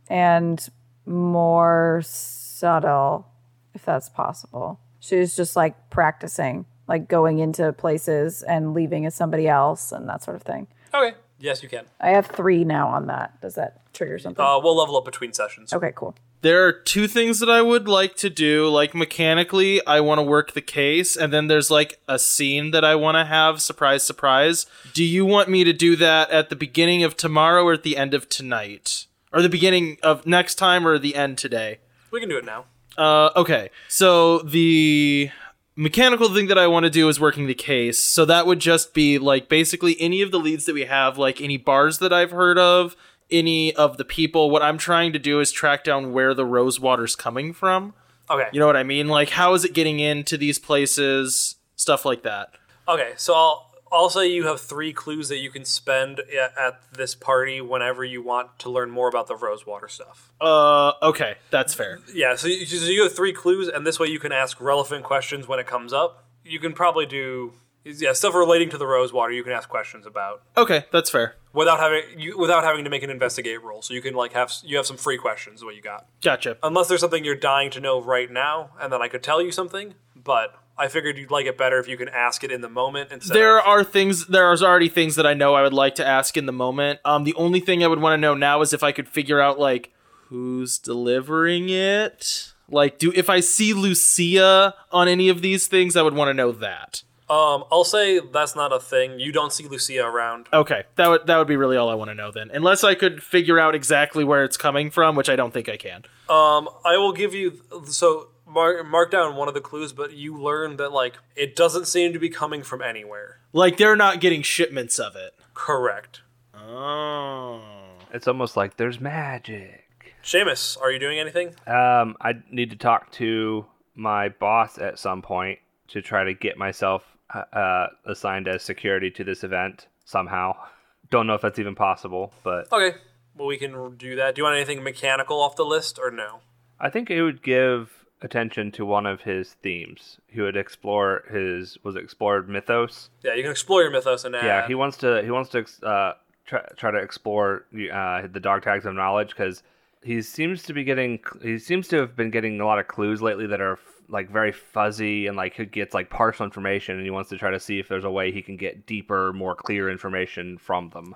and more subtle if that's possible. She's just like practicing, like going into places and leaving as somebody else and that sort of thing. Okay. Yes, you can. I have 3 now on that. Does that trigger something? Uh, we'll level up between sessions. okay, cool. There are two things that I would like to do. Like, mechanically, I want to work the case, and then there's like a scene that I want to have. Surprise, surprise. Do you want me to do that at the beginning of tomorrow or at the end of tonight? Or the beginning of next time or the end today? We can do it now. Uh, okay. So the mechanical thing that I want to do is working the case. So that would just be like basically any of the leads that we have, like any bars that I've heard of, any of the people. What I'm trying to do is track down where the rose water's coming from. Okay. You know what I mean? Like how is it getting into these places? Stuff like that. Okay, so I'll, I'll say you have three clues that you can spend a- at this party whenever you want to learn more about the Rosewater stuff. Uh, okay, that's fair. Yeah, so you, so you have three clues, and this way you can ask relevant questions when it comes up. You can probably do yeah stuff relating to the Rosewater. You can ask questions about Okay, that's fair. without having you, without having to make an investigate roll. So you can like have s- you have some free questions. Is what you got, Gotcha. unless there's something you're dying to know right now, and then I could tell you something. But I figured you'd like it better if you can ask it in the moment instead. There of, are things. There's already things that I know I would like to ask in the moment. Um, the only thing I would want to know now is if I could figure out like who's delivering it. Like, do if I see Lucia on any of these things, I would want to know that. Um, I'll say that's not a thing. You don't see Lucia around. Okay, that would that would be really all I want to know then. Unless I could figure out exactly where it's coming from, which I don't think I can. Um, I will give you so mark mark down one of the clues, but you learn that like it doesn't seem to be coming from anywhere. Like, they're not getting shipments of it. Correct. Oh. It's almost like there's magic. Seamus, are you doing anything? Um, I need to talk to my boss at some point to try to get myself uh, uh, assigned as security to this event somehow. Don't know if that's even possible, but Okay. Well, we can do that. Do you want anything mechanical off the list or no? I think it would give attention to one of his themes. He would explore his was it explored mythos. Yeah, you can explore your mythos and add. Yeah, he wants to he wants to ex- uh, try, try to explore uh, the dog tags of knowledge because he seems to be getting he seems to have been getting a lot of clues lately that are like very fuzzy and like he gets like partial information and he wants to try to see if there's a way he can get deeper, more clear information from them.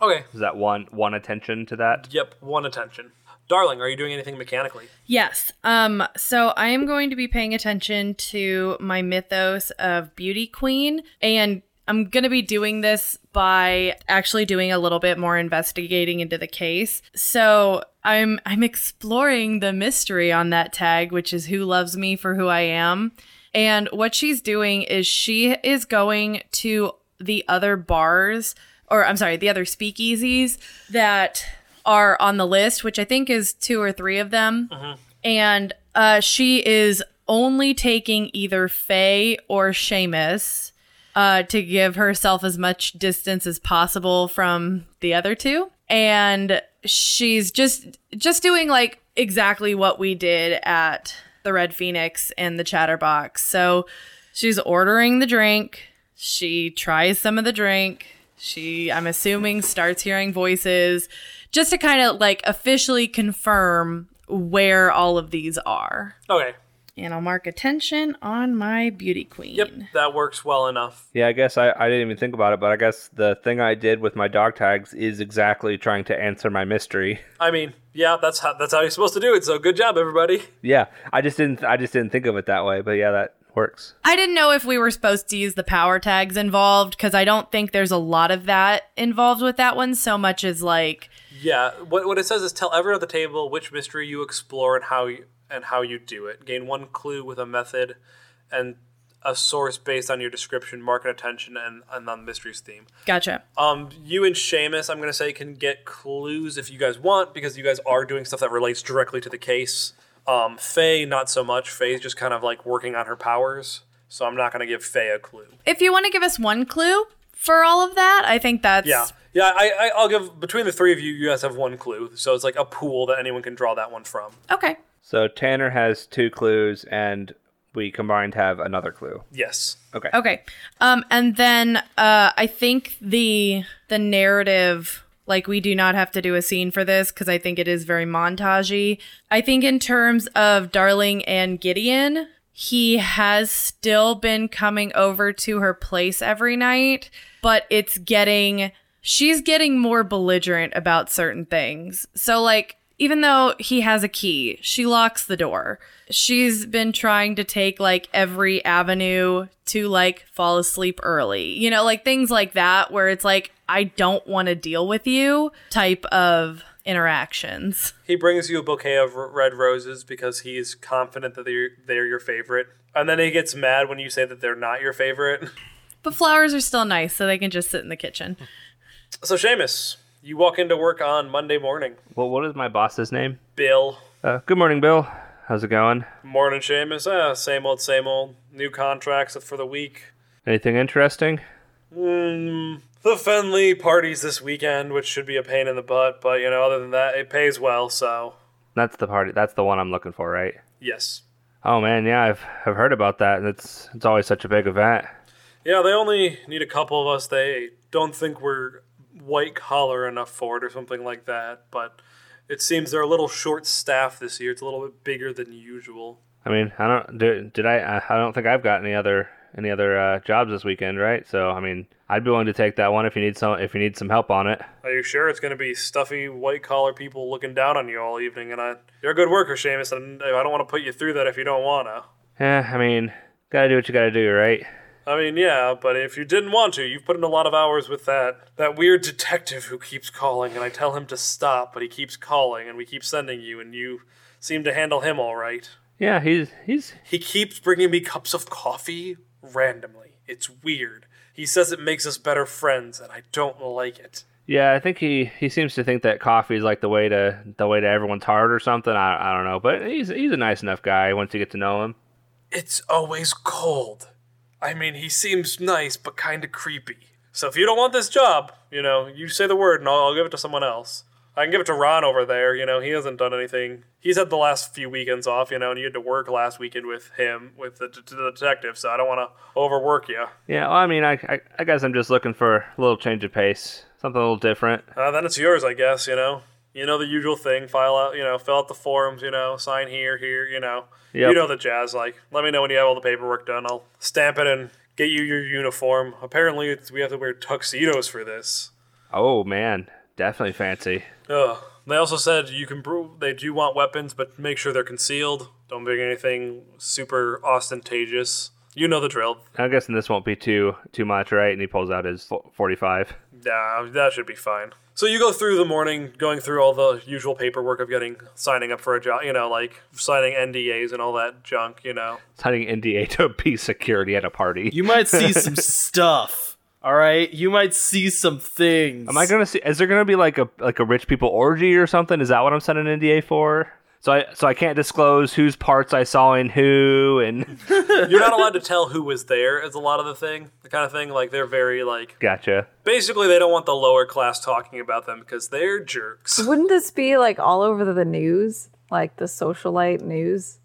okay. Is that one one attention to that? Yep. One attention. Darling, are you doing anything mechanically? Yes. Um so I am going to be paying attention to my mythos of beauty queen and I'm going to be doing this by actually doing a little bit more investigating into the case. So I'm I'm exploring the mystery on that tag which is who loves me for who I am. And what she's doing is she is going to the other bars or I'm sorry, the other speakeasies that are on the list, which I think is two or three of them. And uh, she is only taking either Faye or Seamus uh, to give herself as much distance as possible from the other two. And she's just just doing like exactly what we did at the Red Phoenix and the Chatterbox. So she's ordering the drink. She tries some of the drink. She, I'm assuming, starts hearing voices just to kind of like officially confirm where all of these are. Okay. And I'll mark attention on my beauty queen. Yep, that works well enough. Yeah, I guess I, I didn't even think about it, but I guess the thing I did with my dog tags is exactly trying to answer my mystery. I mean, yeah, that's how that's how you're supposed to do it. So good job, everybody. yeah, I just didn't I just didn't think of it that way, but yeah, that works. I didn't know if we were supposed to use the power tags involved because I don't think there's a lot of that involved with that one so much as like Yeah, what, what it says is tell everyone at the table which mystery you explore and how you, and how you do it. Gain one clue with a method and a source based on your description, market attention, and, and on the mystery's theme. gotcha. Um, you and Seamus, I'm gonna say, can get clues if you guys want because you guys are doing stuff that relates directly to the case. Um, Faye, not so much. Faye's just kind of like working on her powers, so I'm not gonna give Faye a clue. If you want to give us one clue for all of that, I think that's Yeah, yeah. I, I I'll give between the three of you, you guys have one clue, so it's like a pool that anyone can draw that one from. okay. So Tanner has two clues and we combined have another clue. Yes. Okay. Um and then uh I think the the narrative like we do not have to do a scene for this cuz I think it is very montagey. I think in terms of Darling and Gideon, he has still been coming over to her place every night, but it's getting she's getting more belligerent about certain things. So like even though he has a key, she locks the door. She's been trying to take like every avenue to like fall asleep early. You know, like things like that where it's like I don't want to deal with you type of interactions. He brings you a bouquet of r- red roses because he's confident that they're they're your favorite, and then he gets mad when you say that they're not your favorite. But flowers are still nice so they can just sit in the kitchen. So Seamus, you walk into work on Monday morning. Well, what is my boss's name? Bill, Uh, good morning, Bill. How's it going? morning Seamus. Ah, same old, same old. New contracts for the week. Anything interesting? Mm, the Fenley parties this weekend, which should be a pain in the butt, but you know, other than that, it pays well. So That's the party. That's the one I'm looking for, right? yes, Oh man, yeah, I've I've heard about that, and it's it's always such a big event. yeah. They only need a couple of us. They don't think we're white collar enough for it, or something like that. But it seems they're a little short staffed this year. It's a little bit bigger than usual. I mean, I don't did, did I I- I don't think I've got any other any other uh, jobs this weekend, right? So I mean, I'd be willing to take that one if you need some if you need some help on it. Are you sure it's going to be stuffy white collar people looking down on you all evening? And I, you're a good worker, Seamus, and I don't want to put you through that if you don't want to. Yeah, Eh, I mean, gotta do what you gotta do, right? I mean, yeah, but if you didn't want to, you've put in a lot of hours with that that weird detective who keeps calling, and I tell him to stop, but he keeps calling, and we keep sending you, and you seem to handle him all right. Yeah, he's he's He keeps bringing me cups of coffee randomly. It's weird. He says it makes us better friends, and I don't like it. yeah. I think he he seems to think that coffee is like the way to the way to everyone's heart or something. I I don't know, but he's he's a nice enough guy once you get to know him. It's always cold. I mean, he seems nice, but kind of creepy. So if you don't want this job, you know, you say the word and I'll, I'll give it to someone else. I can give it to Ron over there. You know, he hasn't done anything. He's had the last few weekends off, you know, and you had to work last weekend with him, with the, det- the detective, so I don't want to overwork you. Yeah, well, I mean, I, I I guess I'm just looking for a little change of pace, something a little different. Uh, then it's yours, I guess, you know. You know the usual thing file out, you know, fill out the forms, you know, sign here, here, you know. Yep. You know the jazz. Like, let me know when you have all the paperwork done. I'll stamp it and get you your uniform. Apparently, it's, we have to wear tuxedos for this. Oh man, definitely fancy. Ugh. They also said you can brew, they do want weapons, but make sure they're concealed. Don't bring anything super ostentatious. You know the drill. I'm guessing this won't be too too much, right? And he pulls out his fo- 45. Nah, that should be fine. So you go through the morning, going through all the usual paperwork of getting signing up for a job, you know, like signing NDAs and all that junk, you know. Signing NDA to be security at a party. You might see some stuff. All right, you might see some things. Am I gonna see? Is there gonna be like a like a rich people orgy or something? Is that what I'm sending NDA for? So I so I can't disclose whose parts I saw in who and You're not allowed to tell who was there is a lot of the thing, the kind of thing like they're very like gotcha. basically they don't want the lower class talking about them because they're jerks. Wouldn't this be like all over the news, like the socialite news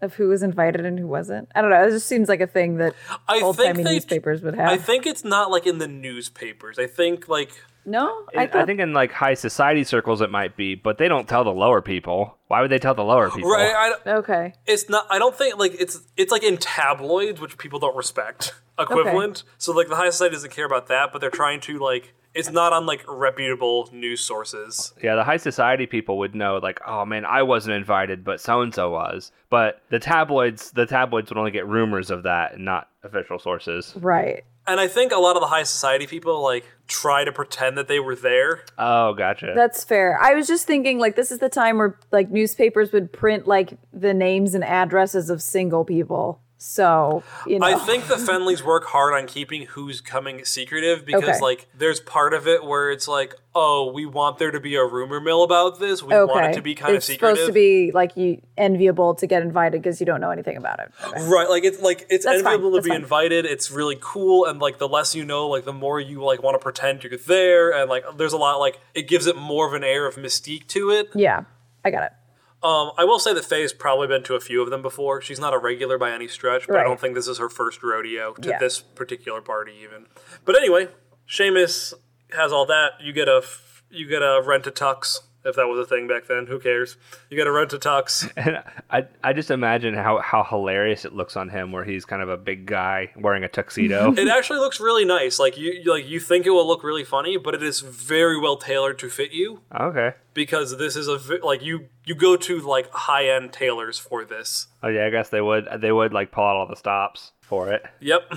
of who was invited and who wasn't? I don't know. It just seems like a thing that I old think timey they newspapers would have. I think it's not like in the newspapers. I think like No, I, thought think in like high society circles it might be, but they don't tell the lower people. Why would they tell the lower people? Right. I, okay. it's not i don't think like it's it's like in tabloids which people don't respect equivalent so like the high society doesn't care about that but they're trying to like it's not on like reputable news sources Yeah, the high society people would know, like, oh man, I wasn't invited, but so and so was. But the tabloids, the tabloids would only get rumors of that, and not official sources. Right. and i think a lot of the high society people like try to pretend that they were there Oh, gotcha. That's fair. I was just thinking like this is the time where like newspapers would print like the names and addresses of single people. So, you know. i think the fenleys work hard on keeping who's coming secretive because Okay. like there's part of it where it's like oh we want there to be a rumor mill about this we okay. want it to be kind it's of secretive supposed to be like you enviable to get invited because you don't know anything about it. Okay. Right, like it's like it's That's fine, enviable to that's be fine. invited. It's really cool, and like the less you know, like the more you like want to pretend you're there, and like there's a lot like it gives it more of an air of mystique to it. Yeah. I got it. Um, I will say that Faye's probably been to a few of them before. She's not a regular by any stretch, but I Right. don't think this is her first rodeo to Yeah. this particular party even. But anyway, Seamus has all that. You get a f- you get a rent a tux if that was a thing back then. Who cares? You get a rent a tux. And I, I just imagine how, how hilarious it looks on him, where he's kind of a big guy wearing a tuxedo. it actually looks really nice. Like you, you- like you think it will look really funny, but it is very well tailored to fit you okay. because this is a vi- like you you go to like high end tailors for this. Oh yeah, I guess they would. They would like pull out all the stops for it. Yep.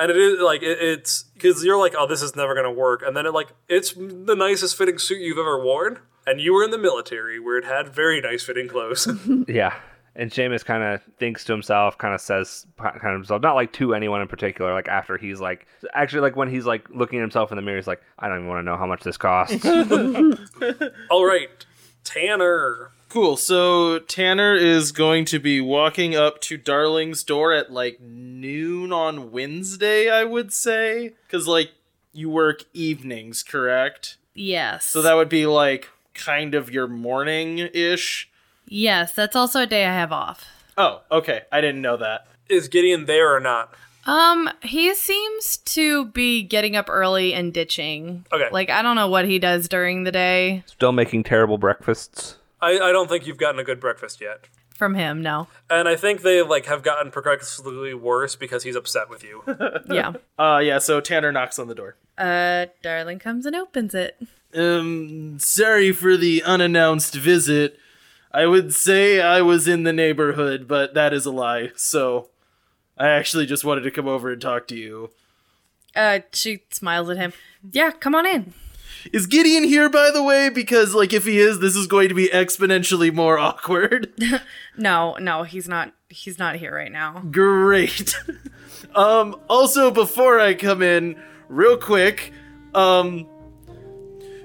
And it is like it, it's because you're like, oh, this is never gonna work. And then it like it's the nicest fitting suit you've ever worn. And you were in the military where it had very nice fitting clothes. Yeah. And Seamus kind of thinks to himself, kind of says, kind of himself, not like to anyone in particular, like after he's like, actually, like when he's like looking at himself in the mirror, he's like, I don't even want to know how much this costs. All right, Tanner. Cool. So Tanner is going to be walking up to Darling's door at like noon on Wednesday, I would say. Because, like, you work evenings, correct? Yes. So that would be like kind of your morning ish. yes, that's also a day I have off. Oh, okay. I didn't know that. Is Gideon there or not? Um, he seems to be getting up early and ditching. Okay. Like I don't know what he does during the day Still making terrible breakfasts. I, I don't think you've gotten a good breakfast yet. from him. No. And I think they like have gotten progressively worse because he's upset with you. Yeah. Uh, yeah, so Tanner knocks on the door. uh, darling comes and opens it. Um, sorry for the unannounced visit. I would say I was in the neighborhood, but that is a lie. So I actually just wanted to come over and talk to you. Uh, she smiles at him. Yeah, come on in. Is Gideon here, by the way? Because, like, if he is, this is going to be exponentially more awkward. No, no, he's not. He's not here right now. Great. um, also, before I come in, real quick, um,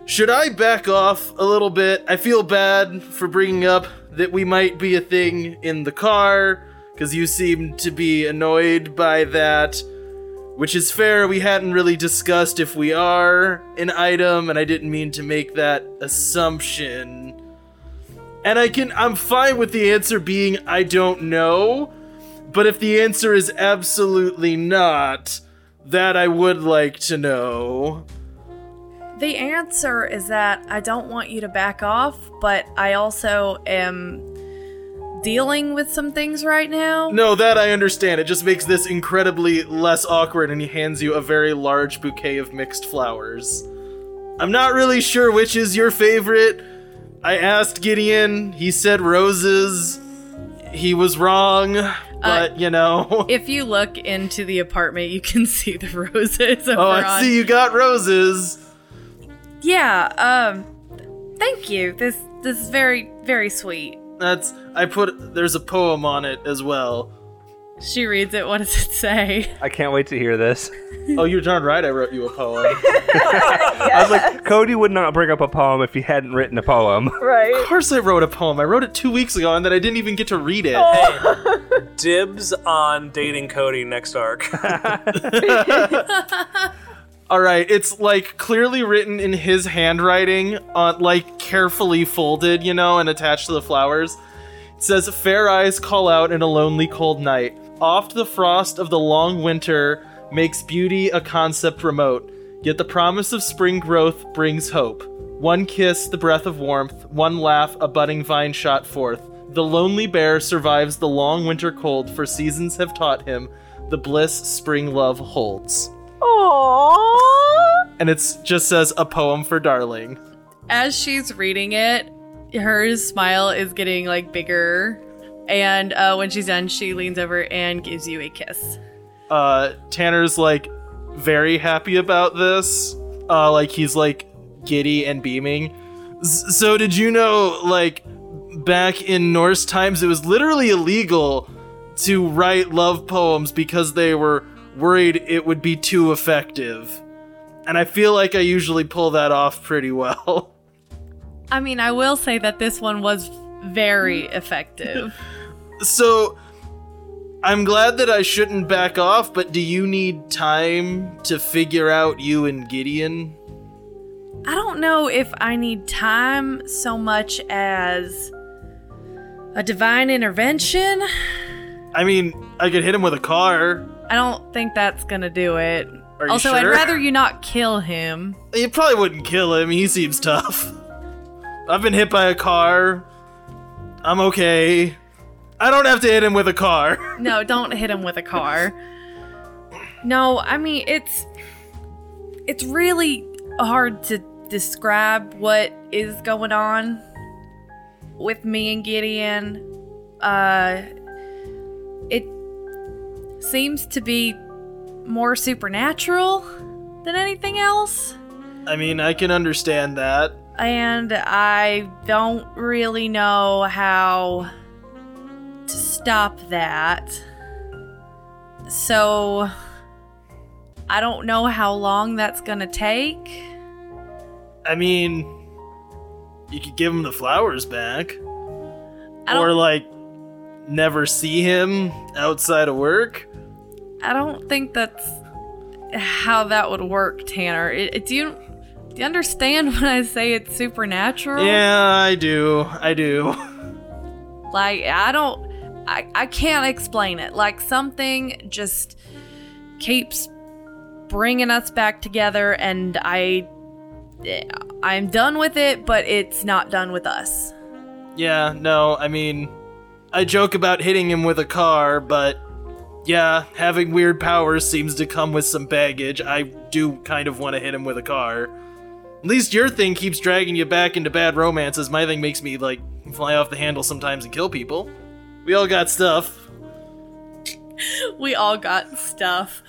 should I back off a little bit? I feel bad for bringing up that we might be a thing in the car, because you seemed to be annoyed by that. Which is fair, we hadn't really discussed if we are an item, and I didn't mean to make that assumption. And I can, I'm fine with the answer being I don't know, but if the answer is absolutely not, that I would like to know. The answer is that I don't want you to back off, but I also am dealing with some things right now. No, that I understand. It just makes this incredibly less awkward, and he hands you a very large bouquet of mixed flowers. I'm not really sure which is your favorite. I asked Gideon, he said roses. He was wrong, but you know. If you look into the apartment, you can see the roses. Oh, I see you got roses. Yeah. Um. Thank you. This this is very very sweet. That's. I put. There's a poem on it as well. She reads it. What does it say? I can't wait to hear this. Oh, you're darn right, I wrote you a poem. I was like, Cody would not bring up a poem if he hadn't written a poem. Of Right. course, I wrote a poem. I wrote it two weeks ago, and then I didn't even get to read it. Dibs on dating Cody next arc. All right, it's like clearly written in his handwriting, on like carefully folded, you know, and attached to the flowers. It says, "Fair eyes call out in a lonely, cold night. Oft the frost of the long winter makes beauty a concept remote. Yet the promise of spring growth brings hope. One kiss, the breath of warmth, one laugh, a budding vine shot forth. The lonely bear survives the long winter cold, for seasons have taught him the bliss spring love holds. Aww. And it just says, a poem for darling. as she's reading it, her smile is getting like bigger. And uh, when she's done, she leans over and gives you a kiss. uh Tanner's like very happy about this. Uh like he's like giddy and beaming. S- so did you know like back in Norse times it was literally illegal to write love poems because they were worried it would be too effective. And I feel like I usually pull that off pretty well. I mean, I will say that this one was very effective. So I'm glad that I shouldn't back off, but do you need time to figure out you and Gideon? I don't know if I need time so much as a divine intervention. I mean, I could hit him with a car. I don't think that's gonna do it. Are you also, I'd sure? rather you not kill him. You probably wouldn't kill him. He seems tough. I've been hit by a car. I'm okay. I don't have to hit him with a car. No, don't hit him with a car. No, I mean it's it's really hard to describe what is going on with me and Gideon. Uh it seems to be more supernatural than anything else, I mean, I can understand that. and I don't really know how to stop that. So I don't know how long that's gonna take. I mean, you could give him the flowers back. I Or, don't, like, never see him outside of work. I don't think that's how that would work, Tanner. It, it- do you do you understand when I say it's supernatural? Yeah, I do. I do. Like I don't I, I can't explain it. Like something just keeps bringing us back together and I I'm done with it, but it's not done with us. Yeah, no, I mean, I joke about hitting him with a car, but yeah, having weird powers seems to come with some baggage. I do kind of want to hit him with a car. At least your thing keeps dragging you back into bad romances. My thing makes me, like, fly off the handle sometimes and kill people. We all got stuff. We all got stuff.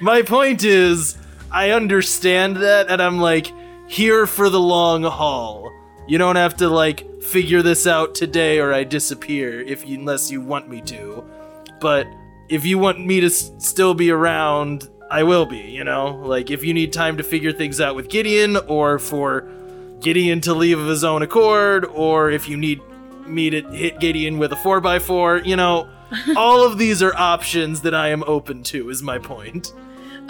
My point is, I understand that, and I'm like, here for the long haul. You don't have to like figure this out today, or I disappear if you, unless you want me to. But if you want me to s- still be around, I will be. You know, like if you need time to figure things out with Gideon, or for Gideon to leave of his own accord, or if you need me to hit Gideon with a 4x4, you know, all of these are options that I am open to, is my point.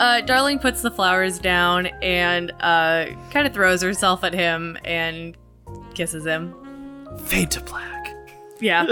Uh, Darling puts the flowers down and uh, kind of throws herself at him and kisses him. Fade to black. Yeah.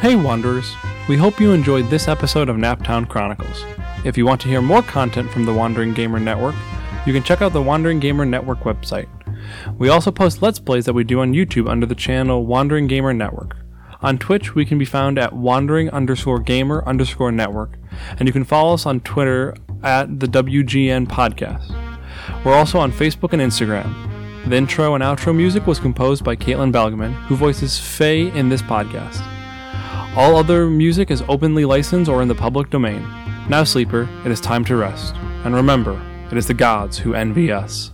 Hey, Wanderers! We hope you enjoyed this episode of Naptown Chronicles. If you want to hear more content from the Wandering Gamer Network, you can check out the Wandering Gamer Network website. We also post Let's Plays that we do on YouTube under the channel Wandering Gamer Network. On Twitch, we can be found at wandering underscore gamer underscore network, and you can follow us on Twitter at the WGN Podcast. We're also on Facebook and Instagram. The intro and outro music was composed by Caitlin Balgaman, who voices Faye in this podcast. All other music is openly licensed or in the public domain. Now, sleeper, it is time to rest. And remember, It is the gods who envy us.